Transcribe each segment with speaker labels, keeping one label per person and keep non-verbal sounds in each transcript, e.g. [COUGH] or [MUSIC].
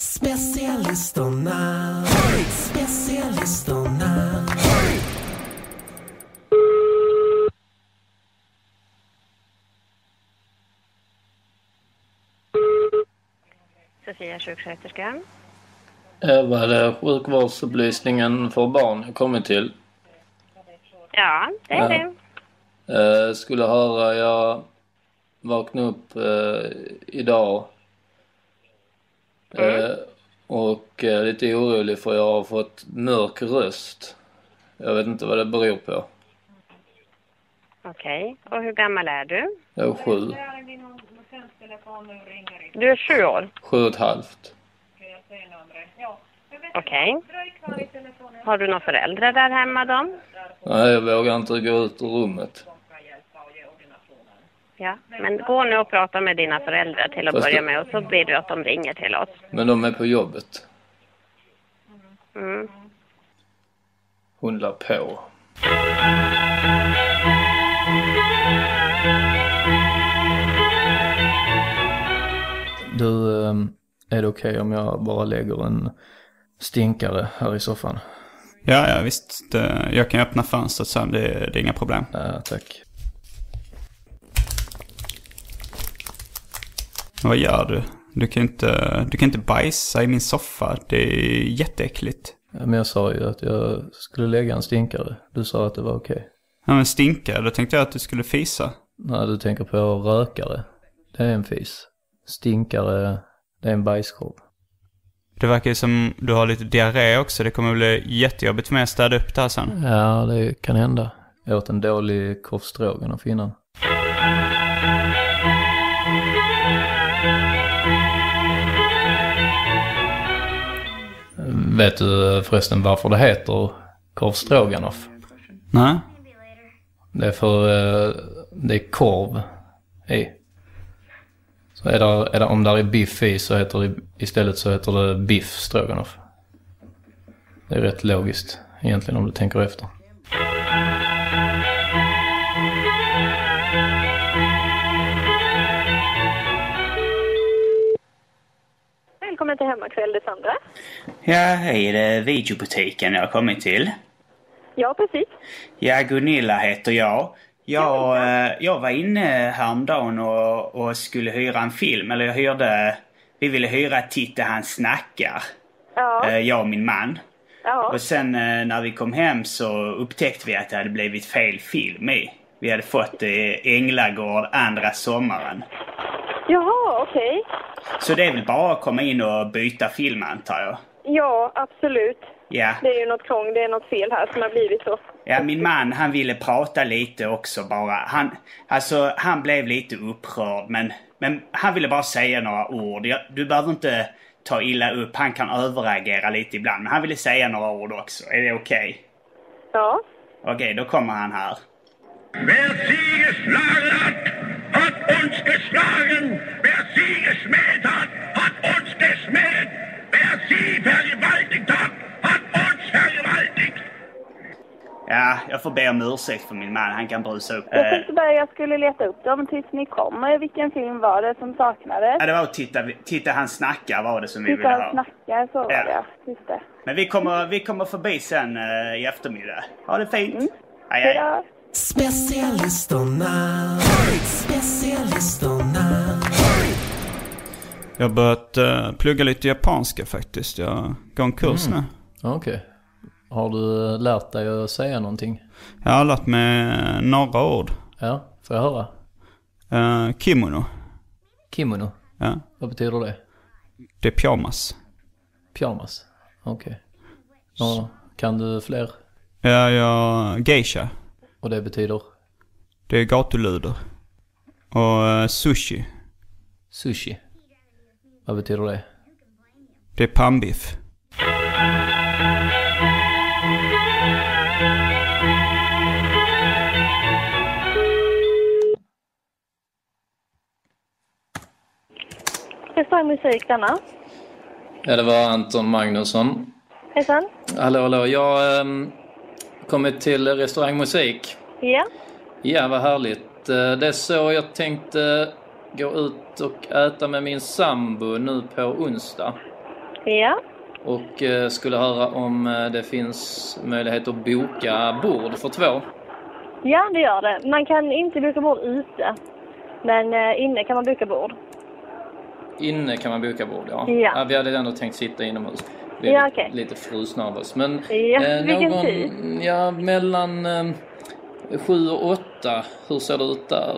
Speaker 1: Specialisterna. Specialisterna.
Speaker 2: Sofia, sjuksköterskan.
Speaker 3: Eva, det är sjukvårdsupplysningen för barn jag kommit till.
Speaker 2: Ja, det är
Speaker 3: Ja.
Speaker 2: det.
Speaker 3: Eh, skulle höra, jag vaknade upp eh, idag. Eh, och eh, lite orolig för jag har fått mörk röst. Jag vet inte vad det beror på.
Speaker 2: Okej. Och hur gammal är du?
Speaker 3: Jag är sju,
Speaker 2: Du är sju år.
Speaker 3: sju och ett halvt.
Speaker 2: Okej. Har du några föräldrar där hemma då?
Speaker 3: Nej, jag vågar inte gå ut ur rummet.
Speaker 2: Ja. Men gå nu och prata med dina föräldrar till att
Speaker 3: Fast
Speaker 2: börja
Speaker 3: du-
Speaker 2: med och så blir det att de ringer till oss.
Speaker 3: Men de är på jobbet.
Speaker 2: Mm.
Speaker 3: Hon la på. Du, ehm, är det okej om jag bara lägger en stinkare här i soffan?
Speaker 4: Ja, ja visst. Det, jag kan öppna fönstret sen. Det, det är inga problem.
Speaker 3: Ja, tack.
Speaker 4: Men Vad gör du? Du kan, inte, du kan inte bajsa i min soffa. Det är jätteäckligt.
Speaker 3: Ja, Men jag sa ju att jag skulle lägga en stinkare. Du sa att det var okej.
Speaker 4: Ja, men stinka. Då tänkte jag att du skulle fisa.
Speaker 3: Nej, du tänker på rökare. Det är en fis. Stinkare, det är en bajskorv.
Speaker 4: Det verkar ju som du har lite diarré också. Det kommer bli jättejobbigt för mig att städa upp det här sen.
Speaker 3: Ja, det kan hända. Jag åt en dålig korv stroganoff innan. Vet du förresten varför det heter korv stroganoff?
Speaker 4: Nej.
Speaker 3: Det är för eh, det är korv i. Så är det, är det, om där är biff i så heter det istället så heter det biff stroganoff. Det är rätt logiskt egentligen om du tänker efter.
Speaker 5: Välkommen till Hemmakväll, det är Sandra.
Speaker 6: Ja, hej, det är videobutiken jag har kommit till.
Speaker 5: Ja, precis.
Speaker 6: Ja, Gunilla heter jag. Jag, eh, jag var inne häromdagen och, och skulle hyra en film, eller jag hyrde... Vi ville hyra Titta han snackar,
Speaker 5: Ja,
Speaker 6: eh, jag och min man.
Speaker 5: ja,
Speaker 6: Och sen eh, när vi kom hem så upptäckte vi att det hade blivit fel film i. Vi hade fått eh, Änglagård andra sommaren.
Speaker 5: jaha, okej.
Speaker 6: Så det är väl bara att komma in och byta film antar jag.
Speaker 5: Ja, absolut.
Speaker 6: Ja.
Speaker 5: Det är ju något krång, det är något fel här som har blivit så.
Speaker 6: Ja, min man han ville prata lite också bara. Han, alltså, han blev lite upprörd men, men han ville bara säga några ord. Jag, du behöver inte ta illa upp, han kan överreagera lite ibland. Men han ville säga några ord också. Är det okej?
Speaker 5: Ja,
Speaker 6: Okej, då kommer han här.
Speaker 7: Wer sie geschlagen hat, hat uns geschlagen. Wer sie geschlagen
Speaker 4: Jag får be om ursäkt för min man, han kan brusa upp.
Speaker 8: Jag
Speaker 4: Eh,
Speaker 8: tänkte bara jag skulle leta upp dem tills ni kommer. Vilken film var det som saknades?
Speaker 4: ja, det var att titta, titta han snackar var det som vi ville
Speaker 8: Titta och
Speaker 4: ha.
Speaker 8: snacka, så var
Speaker 4: Ja.
Speaker 8: det ja. Just det.
Speaker 4: Men vi kommer, vi kommer förbi sen eh, i eftermiddag. Ha det fint!
Speaker 8: Mm.
Speaker 4: Aj, aj.
Speaker 8: Ja.
Speaker 1: Specialisterna. Specialisterna.
Speaker 6: Jag har börjat eh, plugga lite japanska faktiskt. Jag går en kurs nu.
Speaker 3: Ja, Okej. Har du eh, lärt dig att säga någonting?
Speaker 6: Jag har lärt mig eh, några ord.
Speaker 3: Ja, får jag höra?
Speaker 6: Eh, kimono.
Speaker 3: Kimono,
Speaker 6: Ja.
Speaker 3: vad betyder det?
Speaker 6: Det är pyjamas.
Speaker 3: Pyjamas? Okej. Ja, kan du fler?
Speaker 6: Ja, jag... Geisha.
Speaker 3: Och det betyder
Speaker 6: Det är gatuluder. Och eh, sushi.
Speaker 3: sushi. Vad betyder det?
Speaker 6: Det är pannbiff.
Speaker 8: Restaurangmusik, Anna.
Speaker 3: Ja, det var Anton Magnusson.
Speaker 8: Hejsan.
Speaker 3: Hallå, hallå. Jag har kommit till restaurang Musik.
Speaker 8: Ja.
Speaker 3: Ja, vad härligt. Eh, Det är så jag tänkte gå ut och äta med min sambo nu på onsdag.
Speaker 8: Ja.
Speaker 3: Och eh, skulle höra om eh, det finns möjlighet att boka bord för två.
Speaker 8: Ja, det gör det. Man kan inte boka bord ute. Men eh, inne kan man boka bord.
Speaker 3: Inne kan man boka bord, ja.
Speaker 8: Ja.
Speaker 3: vi hade ändå tänkt sitta inomhus. Vi är
Speaker 8: Ja,
Speaker 3: lite-
Speaker 8: okej.
Speaker 3: lite frusna av oss. Men eh,
Speaker 8: Ja, vilken tid?
Speaker 3: någon, ja, mellan eh, sju och åtta. Hur ser det ut där?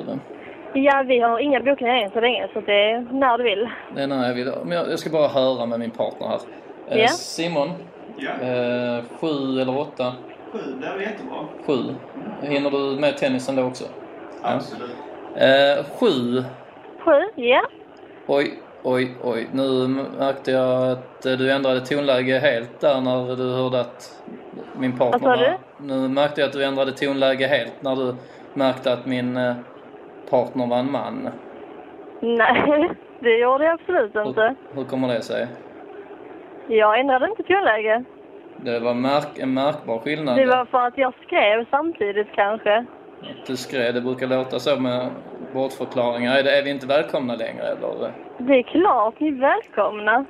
Speaker 8: Ja, vi har inga bokningar än så länge, så det är när du vill.
Speaker 3: Det är när jag vill. Men jag, jag ska bara höra med min partner här. Eh,
Speaker 8: Ja.
Speaker 3: Simon, eh, sju eller åtta?
Speaker 4: Sju, det var jättebra.
Speaker 3: Sju. Hinner du med tennisen då också?
Speaker 4: Absolut.
Speaker 3: Eh, sju.
Speaker 8: Sju, ja.
Speaker 3: Oj, oj, oj. Nu märkte jag att eh, du ändrade tonläge helt där när du hörde att min partner...
Speaker 8: Vad sa du?
Speaker 3: Nu märkte jag att du ändrade tonläge helt när du märkte att min eh, partner var en man.
Speaker 8: Nej, [LAUGHS] det gjorde jag absolut inte.
Speaker 3: Hur, hur kommer det sig?
Speaker 8: Jag ändrade inte tonläge.
Speaker 3: Det var märk, en märkbar skillnad.
Speaker 8: Det var för att jag skrev samtidigt kanske.
Speaker 3: Att Du skrev, det brukar låta så med bortförklaringar. Är, det, är vi inte välkomna längre eller?
Speaker 8: Det är klart, ni är välkomna.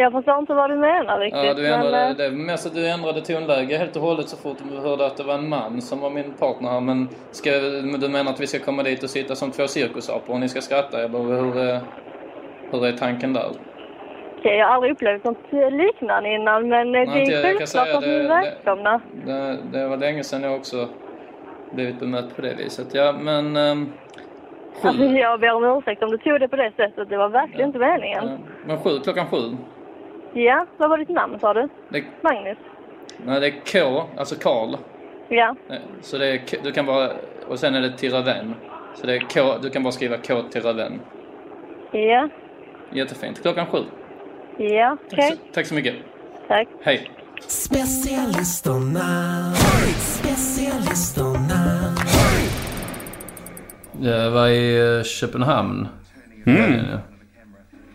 Speaker 8: Jag förstår inte vad du menar riktigt.
Speaker 3: Ja, du
Speaker 8: men,
Speaker 3: ändrade,
Speaker 8: eh,
Speaker 3: det är mest att du ändrade tonläge helt och hållet så fort du hörde att det var en man som var min partner här. Men ska, men du menar att vi ska komma dit och sitta som två cirkusapor och ni ska skratta? Eller hur, eh, hur är tanken där?
Speaker 8: Okej, jag har aldrig upplevt något liknande innan, men eh,
Speaker 3: Nej,
Speaker 8: det
Speaker 3: jag
Speaker 8: är
Speaker 3: kan
Speaker 8: självklart
Speaker 3: säga
Speaker 8: att ni
Speaker 3: det-
Speaker 8: är välkomna.
Speaker 3: Det, det var länge sedan jag också blivit bemött på det viset. Ja, men... ehm, sju.
Speaker 8: Alltså, jag ber om ursäkt om du tog det på det sättet. Det var verkligen
Speaker 3: Ja.
Speaker 8: inte meningen.
Speaker 3: Ja, Men sju, klockan sju.
Speaker 8: Ja, vad var ditt namn sa du?
Speaker 3: Det,
Speaker 8: Magnus?
Speaker 3: nej, det är K, alltså Karl.
Speaker 8: Ja.
Speaker 3: Nej, Så det är, K- du kan bara, och sen är det Tiraven. Så det är K, du kan bara skriva K Tiraven.
Speaker 8: Ja.
Speaker 3: Jättefint. Klockan sju.
Speaker 8: Ja, okej.
Speaker 3: Så, tack så mycket.
Speaker 8: Tack.
Speaker 3: Hej.
Speaker 1: Specialisterna. Specialisterna.
Speaker 3: Jag var i eh, Köpenhamn. Mm.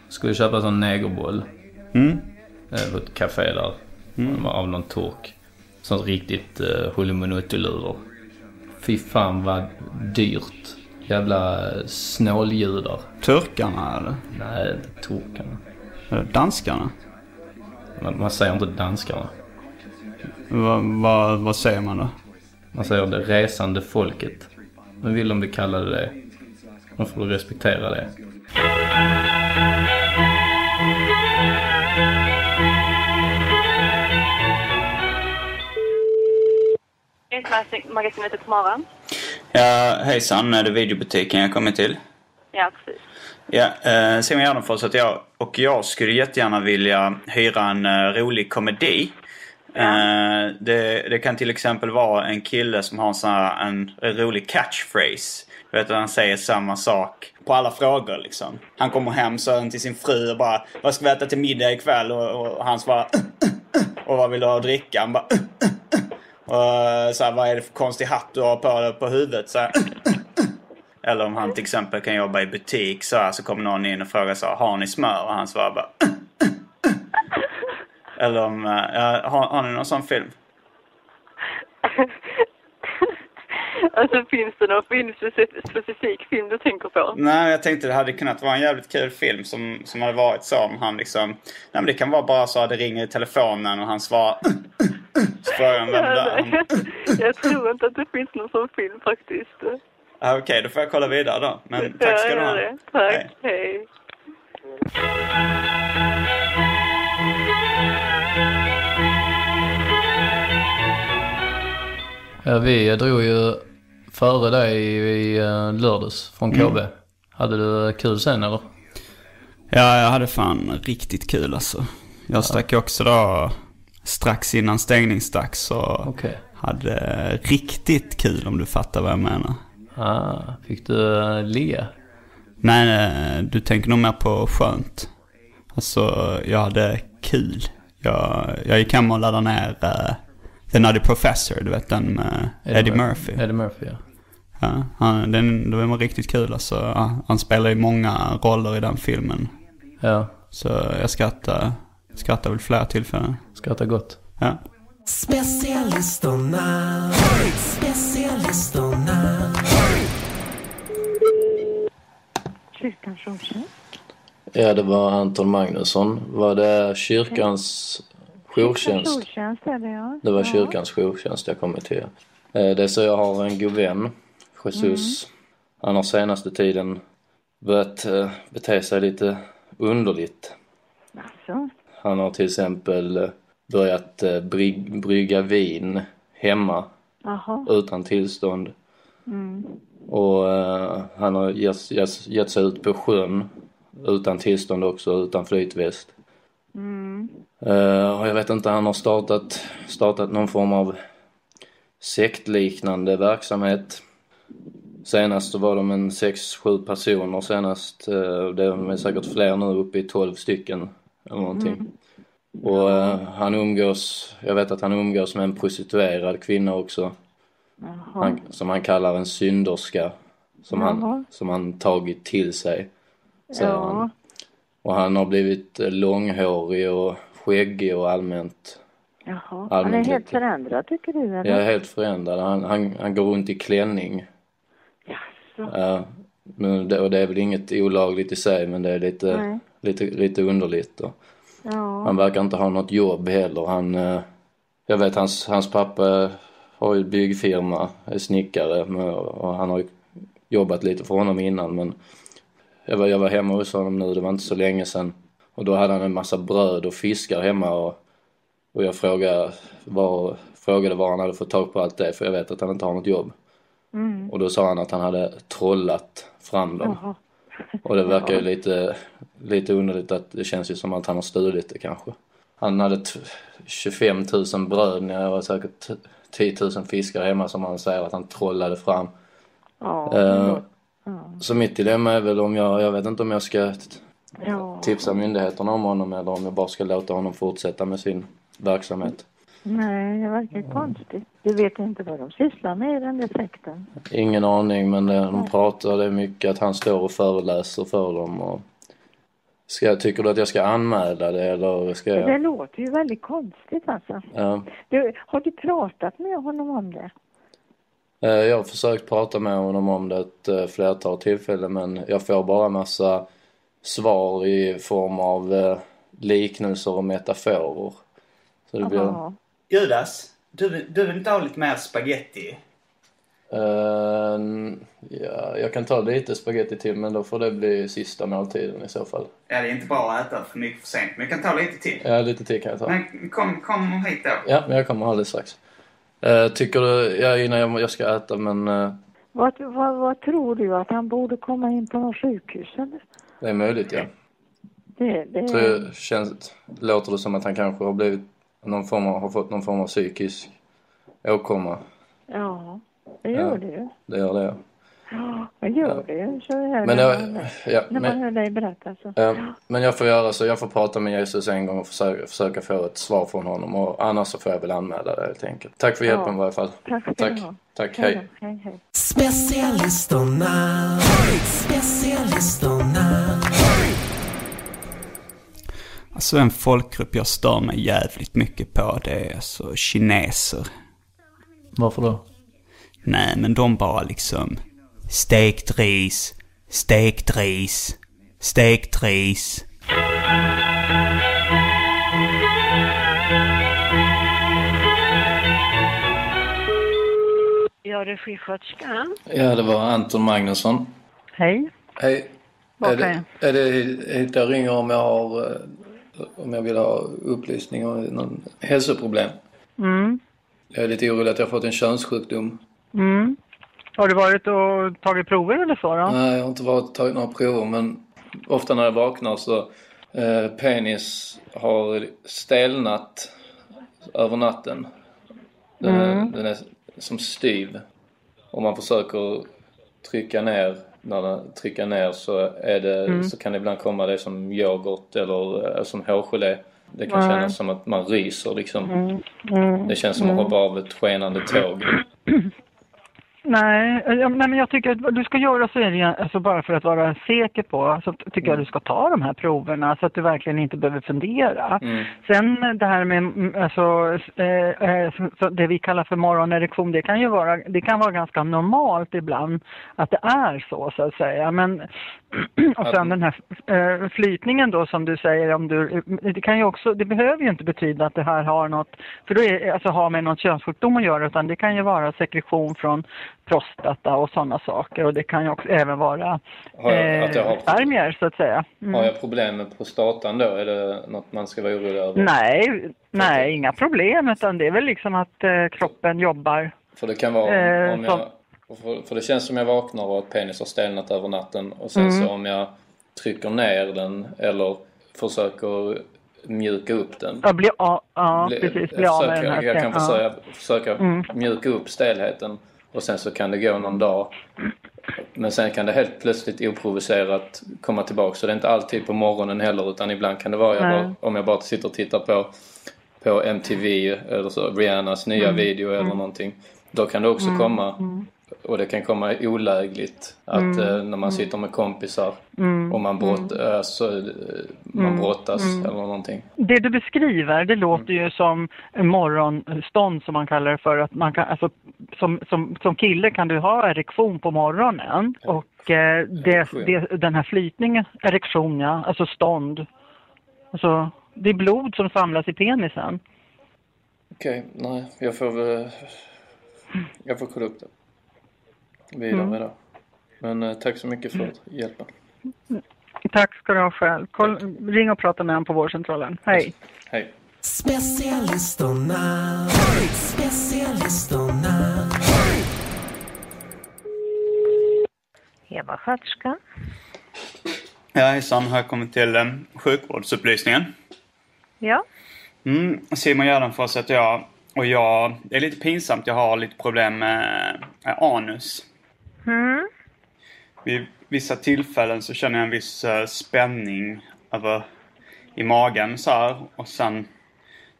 Speaker 3: Skulle köpa en sån negerboll.
Speaker 6: Mm.
Speaker 3: eh, på ett café där. Mm. Av någon turk. Sånt riktigt eh, hullumunutti-luder. Fy fan vad dyrt. Jävla eh, snåljudar.
Speaker 6: Turkarna eller?
Speaker 3: Nej, inte turkarna.
Speaker 6: Eller Eh, danskarna?
Speaker 3: Man, man säger inte danskarna.
Speaker 6: Va, va, vad säger man då?
Speaker 3: Man säger det resande folket. Men vill de bli kallade det, då får du respektera det.
Speaker 9: Magasinet på morgon.
Speaker 4: Ja, hejsan. Är det videobutiken jag kommer till?
Speaker 9: Ja, precis.
Speaker 8: [LAUGHS]
Speaker 4: Ja, eh, Simon Gärdenfors heter jag och jag skulle jättegärna vilja hyra en eh, rolig komedi. Eh, det, det kan till exempel vara en kille som har en, sån här, en, en rolig catchphrase. Du vet att han säger samma sak på alla frågor liksom. Han kommer hem sen till sin fru och bara Vad ska vi äta till middag ikväll? Och, och han svarar [CLEARS THROAT] Och vad vill du ha att dricka? Han bara [CLEARS THROAT] och, så här, Vad är det för konstig hatt du har på, på huvudet? Så här, [CLEARS THROAT] eller om han till exempel kan jobba i butik så här, så kommer någon in och frågar så här, har ni smör? Och han svarar bara
Speaker 10: "Uh,
Speaker 4: Eller om, eh, ja, har, har ni någon sån film?
Speaker 11: alltså finns det någon film, specif- specifik film du tänker på?
Speaker 10: Nej, jag tänkte det hade kunnat vara en jävligt kul film som, som hade varit så om han liksom... Nej, men det kan vara bara så att det ringer i telefonen och han svarar... "Uh, Så frågar han vem det
Speaker 11: Ja,
Speaker 10: är.
Speaker 11: nej. Jag tror inte att det finns någon sån film faktiskt.
Speaker 10: Ah, Okej, då får jag kolla vidare då. Men
Speaker 11: Ja,
Speaker 10: tack ska du
Speaker 11: gör
Speaker 10: ha.
Speaker 11: det. Tack, hej.
Speaker 9: Ja, vi drog ju före dig i eh, lördags från KB.
Speaker 4: Mm.
Speaker 9: Hade du eh, kul sen eller?
Speaker 4: Ja, jag hade fan riktigt kul alltså. Jag stack ju också då strax innan stängningsdags så hade eh, riktigt kul om du fattar vad jag menar.
Speaker 9: Ah, fick du eh, le?
Speaker 4: Nej, nej, du tänker nog mer på skönt. Alltså, jag hade kul. Jag, jag gick hem och laddade ner eh, The Nutty Professor, du vet den med Eddie, Murphy.
Speaker 9: Eddie Murphy ja.
Speaker 4: Ja, han, den, den var riktigt kul alltså. Ja, Han spelar ju många roller i den filmen.
Speaker 9: Ja.
Speaker 4: Så jag skrattar, skrattar väl flera tillfällen.
Speaker 9: Skrattar gott.
Speaker 4: Ja.
Speaker 1: Specialisterna. Specialisterna.
Speaker 3: Ja, det var Anton Magnusson. Var det kyrkans jourtjänst?
Speaker 5: Jourtjänst är det ja.
Speaker 3: Det var
Speaker 5: ja.
Speaker 3: kyrkans jourtjänst jag kommer till. Eh, Det är så jag har en god vän, Jesus.
Speaker 5: Mm.
Speaker 3: Han har senaste tiden börjat eh, bete sig lite underligt.
Speaker 5: Alltså,
Speaker 3: Han har till exempel eh, börjat eh, bryg- brygga vin hemma
Speaker 5: jaha.
Speaker 3: utan tillstånd.
Speaker 5: Mm.
Speaker 3: Och eh, han har gett, gett, gett sig ut på sjön utan tillstånd också, utan flytväst.
Speaker 5: Mm.
Speaker 3: Eh, och jag vet inte, han har startat, startat någon form av sektliknande verksamhet. Senast så var de en sex sju personer senast. eh, Det är säkert fler nu, uppe i 12 stycken eller någonting.
Speaker 5: Mm.
Speaker 3: Och eh, han umgås, jag vet att han umgås med en prostituerad kvinna också. Han, som han kallar en synderska. Som
Speaker 5: Jaha.
Speaker 3: han, som han tagit till sig. säger han.
Speaker 5: Ja.
Speaker 3: Och han har blivit eh, långhårig och skäggig och allmänt.
Speaker 5: Jaha. Han är
Speaker 3: Allmänt
Speaker 5: helt
Speaker 3: lite.
Speaker 5: förändrad tycker du
Speaker 3: Jag
Speaker 5: eller?
Speaker 3: är helt förändrad. Han, han, han går runt i klänning. Ja, men det, och det är väl inget olagligt i sig men det är lite,
Speaker 5: Nej.
Speaker 3: lite, lite underligt. Och
Speaker 5: Ja.
Speaker 3: Han verkar inte ha något jobb heller. Han, eh, jag vet hans, hans pappa har ju byggfirma, är snickare men- och han har ju jobbat lite för honom innan men jag var, jag var hemma hos honom nu, det var inte så länge sedan. Och då hade han en massa bröd och fiskar hemma och, och jag frågade var, frågade var han hade fått tag på allt det för jag vet att han inte har något jobb.
Speaker 5: Mm.
Speaker 3: Och då sa han att han hade trollat fram dem.
Speaker 5: Jaha. [LAUGHS]
Speaker 3: Och det verkar ju
Speaker 5: Ja.
Speaker 3: lite, lite underligt att det känns ju som att han har stulit det kanske. Han hade t- 25 000 bröd när jag var säkert t- 10 000 fiskar hemma som han säger att han trollade fram.
Speaker 5: Ja.
Speaker 3: Eh,
Speaker 5: ja.
Speaker 3: Så mitt dilemma är väl om jag, jag vet inte om jag ska t-
Speaker 5: ja.
Speaker 3: tipsa myndigheterna om honom eller om jag bara ska låta honom fortsätta med sin verksamhet.
Speaker 5: Nej, det verkar konstigt. Du vet inte vad de sysslar med i den där sekten.
Speaker 3: Ingen aning men det, de pratar det är mycket att han står och föreläser för dem och ska, jag- tycker du att jag ska anmäla det eller ska
Speaker 5: Det
Speaker 3: jag?
Speaker 5: låter ju väldigt konstigt alltså.
Speaker 3: Ja.
Speaker 5: Du, har du pratat med honom om det?
Speaker 3: Eh, Jag har försökt prata med honom om det ett eh, flertal tillfällen men jag får bara massa svar i form av eh, liknelser och metaforer. Så det blir...
Speaker 12: Judas, du, vill- du vill inte ha lite mer spaghetti?
Speaker 3: Eh, ja, jag kan ta lite spaghetti till men då får det bli sista måltiden i så fall.
Speaker 12: Ja, det är inte bara att äta för mycket för sent, men vi kan ta lite till.
Speaker 3: Ja, lite till kan jag ta.
Speaker 12: Men kom, kom hit då.
Speaker 3: Ja, men jag kommer alldeles strax. Eh, tycker du, ja, innan jag, jag ska äta men eh,
Speaker 5: Vad, vad, vad tror du? Att han borde komma in på något sjukhus eller?
Speaker 3: det är möjligt ja.
Speaker 5: Det, det...
Speaker 3: Tror, känns, låter det som att han kanske har blivit någon form av, har fått någon form av psykisk åkomma?
Speaker 5: Ja, det gör
Speaker 3: Ja.
Speaker 5: det ju.
Speaker 3: Det gör det ja.
Speaker 5: Ja, det gör det ju. Så är
Speaker 3: Men
Speaker 5: det
Speaker 3: jag-
Speaker 5: när man-
Speaker 3: ja,
Speaker 5: när man
Speaker 3: men-
Speaker 5: hör dig berätta så.
Speaker 3: Eh, Men jag får göra så, jag får prata med Jesus en gång och försöka, försöka få ett svar från honom och annars så får jag väl anmäla det helt enkelt. Tack för
Speaker 1: Ja.
Speaker 3: hjälpen i varje fall.
Speaker 5: Tack ska
Speaker 3: Tack,
Speaker 5: du ha.
Speaker 3: tack
Speaker 5: Hej
Speaker 3: hej.
Speaker 5: då. Hej, hej.
Speaker 1: Specialisterna. Specialisterna.
Speaker 4: Alltså en folkgrupp jag stör mig jävligt mycket på det är alltså kineser.
Speaker 9: Varför då?
Speaker 13: Nej, men de bara liksom... Stekt ris, stekt ris, stekt ris.
Speaker 5: Ja, det är sjuksköterskan.
Speaker 3: Ja, det var Anton Magnusson.
Speaker 5: Hej.
Speaker 3: Hej.
Speaker 5: Okej.
Speaker 3: Är det, är det, jag ringer om jag har, eh, om jag vill ha upplysning om någon hälsoproblem.
Speaker 11: Mm.
Speaker 3: Jag är lite orolig att jag har fått en könssjukdom.
Speaker 11: Mm. Har du varit och tagit prover eller så då?
Speaker 3: Nej, jag har inte varit, tagit några prover men ofta när jag vaknar så eh, penis har stelnat över natten. Den,
Speaker 11: Mm.
Speaker 3: är, den är som styv. Om man försöker trycka ner, när den trycker ner så, är det,
Speaker 11: Mm.
Speaker 3: så kan det ibland komma det som yoghurt eller eh, som hårgelé. Det kan
Speaker 11: Mm.
Speaker 3: kännas som att man ryser liksom.
Speaker 11: Mm. Mm.
Speaker 3: Det känns som att
Speaker 11: Mm.
Speaker 3: hoppa av ett skenande tåg.
Speaker 11: Nej, eh, ja, nej, men jag tycker att vad du ska göra så är det, ju- alltså bara för att vara säker på, så t- tycker jag du ska ta de här proverna så att du verkligen inte behöver fundera.
Speaker 3: Mm.
Speaker 11: Sen eh, det här med mm, alltså, eh, eh, så- så det vi kallar för morgonerektion, det kan ju vara, det kan vara ganska normalt ibland att det är så så att säga. Men, [CLEARS THROAT] och sen den här eh, flytningen då som du säger, om du, eh, det, kan ju också, det behöver ju inte betyda att det här har något, för då är, alltså, har med någon könssjukdom att göra utan det kan ju vara sekretion från prostata och sådana saker och det kan ju också även vara eh,
Speaker 3: Har jag- att jag har-
Speaker 11: spermier så att säga. Mm.
Speaker 3: Har jag problem med prostatan då? Är det något man ska vara orolig över?
Speaker 11: Nej, nej, inga problem utan det är väl liksom att eh, kroppen jobbar.
Speaker 3: För det kan vara
Speaker 11: Eh,
Speaker 3: om
Speaker 11: som-
Speaker 3: jag, för, för det känns som jag vaknar och att penis har stelnat över natten och sen
Speaker 11: Mm.
Speaker 3: så om jag trycker ner den eller försöker mjuka upp den.
Speaker 11: Ja, bli, ja, ja
Speaker 3: Bli-
Speaker 11: precis,
Speaker 3: jag
Speaker 11: bli av med
Speaker 3: försöker-
Speaker 11: den här
Speaker 3: Jag kan
Speaker 11: ja.
Speaker 3: försöka, försöka
Speaker 11: Mm.
Speaker 3: mjuka upp stelheten och sen så kan det gå någon dag. Men sen kan det helt plötsligt oprovocerat komma tillbaka. Så det är inte alltid på morgonen heller utan ibland kan det vara jag
Speaker 11: Nej.
Speaker 3: bara, om jag bara sitter och tittar på, på MTV eller så, Rihannas nya
Speaker 11: Mm.
Speaker 3: video eller
Speaker 11: Mm.
Speaker 3: någonting. Då kan det också
Speaker 11: Mm.
Speaker 3: komma
Speaker 11: Mm.
Speaker 3: och det kan komma olägligt att
Speaker 11: Mm.
Speaker 3: eh, när man sitter med kompisar
Speaker 11: Mm.
Speaker 3: och man, brott, eh, så, eh, man
Speaker 11: Mm.
Speaker 3: brottas
Speaker 11: Mm.
Speaker 3: eller någonting.
Speaker 11: Det du beskriver, det låter
Speaker 3: Mm.
Speaker 11: ju som en morgonstånd som man kallar det för. Att man kan, alltså, som, som, som kille kan du ha erektion på morgonen och eh, det,
Speaker 3: Erektion.
Speaker 11: det, den här flytningen, erektion ja, alltså stånd. Alltså, det är blod som samlas i penisen.
Speaker 3: Okej, nej, jag får väl... Jag får kolla upp det. Vidare
Speaker 11: Mm.
Speaker 3: med det. Men eh, tack så mycket för hjälpen.
Speaker 11: Tack ska du ha själv. Koll, ring och prata med honom på vårdcentralen. Hej.
Speaker 3: Hej.
Speaker 14: Specialisterna. Specialisterna.
Speaker 2: Eva sköterska.
Speaker 4: Ja, hejsan. Här kommer till eh, sjukvårdsupplysningen.
Speaker 2: Ja.
Speaker 4: Mm, Simon Gärdenfors heter jag. Och jag, det är lite pinsamt, jag har lite problem med eh, anus.
Speaker 2: Mm.
Speaker 4: Vid vissa tillfällen så känner jag en viss eh, spänning över, i magen så här. Och sen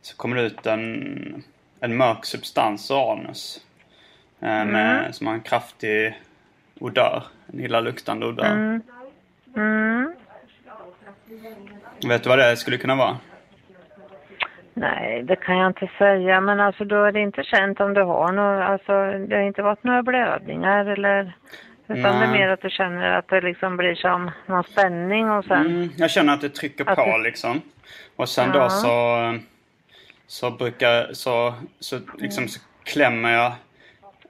Speaker 4: så kommer det ut en, en mörk substans ur anus. eh, Med,
Speaker 2: Mm.
Speaker 4: Som har en kraftig odör. En illaluktande odör.
Speaker 2: Mm. Mm.
Speaker 4: Vet du vad det skulle kunna vara?
Speaker 2: Nej, det kan jag inte säga. Men alltså då är det inte känt om du har några, alltså det har inte varit några blödningar eller utan det är
Speaker 4: Nej.
Speaker 2: mer att du känner att det liksom blir som någon spänning och sen
Speaker 4: Mm, jag känner att det trycker
Speaker 2: Att
Speaker 4: på
Speaker 2: det-
Speaker 4: liksom. Och sen
Speaker 2: Ja.
Speaker 4: då så, så brukar, så, så liksom så klämmer jag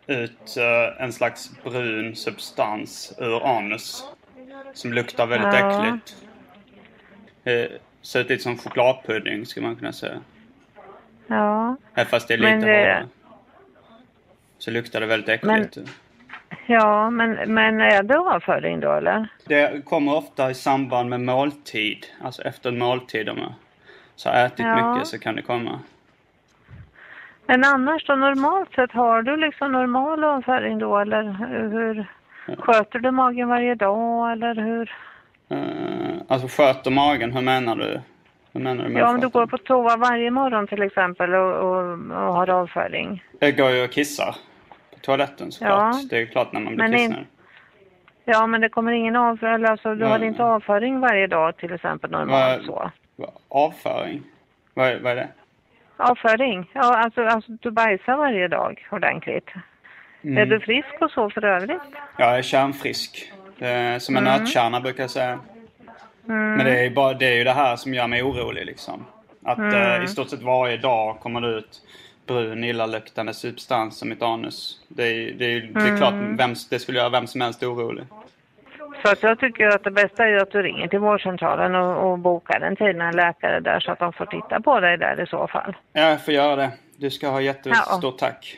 Speaker 4: ut eh, en slags brun substans ur anus. Som luktar väldigt
Speaker 2: Ja.
Speaker 4: äckligt. Eh, Ser ut lite som chokladpudding skulle man kunna säga.
Speaker 2: ja.
Speaker 4: Eh, Fast det är
Speaker 2: Men
Speaker 4: lite
Speaker 2: det-
Speaker 4: hårdare. Så luktar det väldigt äckligt.
Speaker 2: Ja, men, men är det avföring då eller?
Speaker 4: Det kommer ofta i samband med måltid. Alltså efter en måltid om jag så har ätit
Speaker 2: Ja.
Speaker 4: mycket så kan det komma.
Speaker 2: Men annars då normalt sett, har du liksom normal avföring då eller hur- hur? Sköter du magen varje dag eller hur?
Speaker 4: Eh, alltså sköter magen, hur menar du? Hur menar du med
Speaker 2: Ja, om du
Speaker 4: sköter?
Speaker 2: går på toa varje morgon till exempel och, och, och har avföring.
Speaker 4: Jag går ju och kissar. På toaletten såklart.
Speaker 2: Ja.
Speaker 4: Det är ju klart när man blir
Speaker 2: Men in-
Speaker 4: kissnödig.
Speaker 2: Ja, men det kommer ingen avföring, alltså du
Speaker 4: Nej,
Speaker 2: har inte avföring varje dag till exempel normalt
Speaker 4: Vad-
Speaker 2: så.
Speaker 4: vad- Avföring? Vad, är- vad är det?
Speaker 2: Avföring? Ja, alltså, alltså du bajsar varje dag ordentligt.
Speaker 4: Mm.
Speaker 2: Är du frisk och så för övrigt?
Speaker 4: Jag är kärnfrisk. Det är som en
Speaker 2: Mm.
Speaker 4: nötkärna brukar jag säga.
Speaker 2: Mm.
Speaker 4: Men det är, ju bara, det är ju det här som gör mig orolig liksom. Att
Speaker 2: Mm.
Speaker 4: eh, i stort sett varje dag kommer det ut brun illaluktande substans som mitt anus. Det är, det är, det är
Speaker 2: Mm.
Speaker 4: klart, vem, det skulle göra vem som helst orolig.
Speaker 2: Så att jag tycker att det bästa är att du ringer till vårdcentralen och, och bokar en tid med en läkare där så att de får titta på dig där i så fall.
Speaker 4: Ja, jag får göra det. Du ska ha jättestort tack.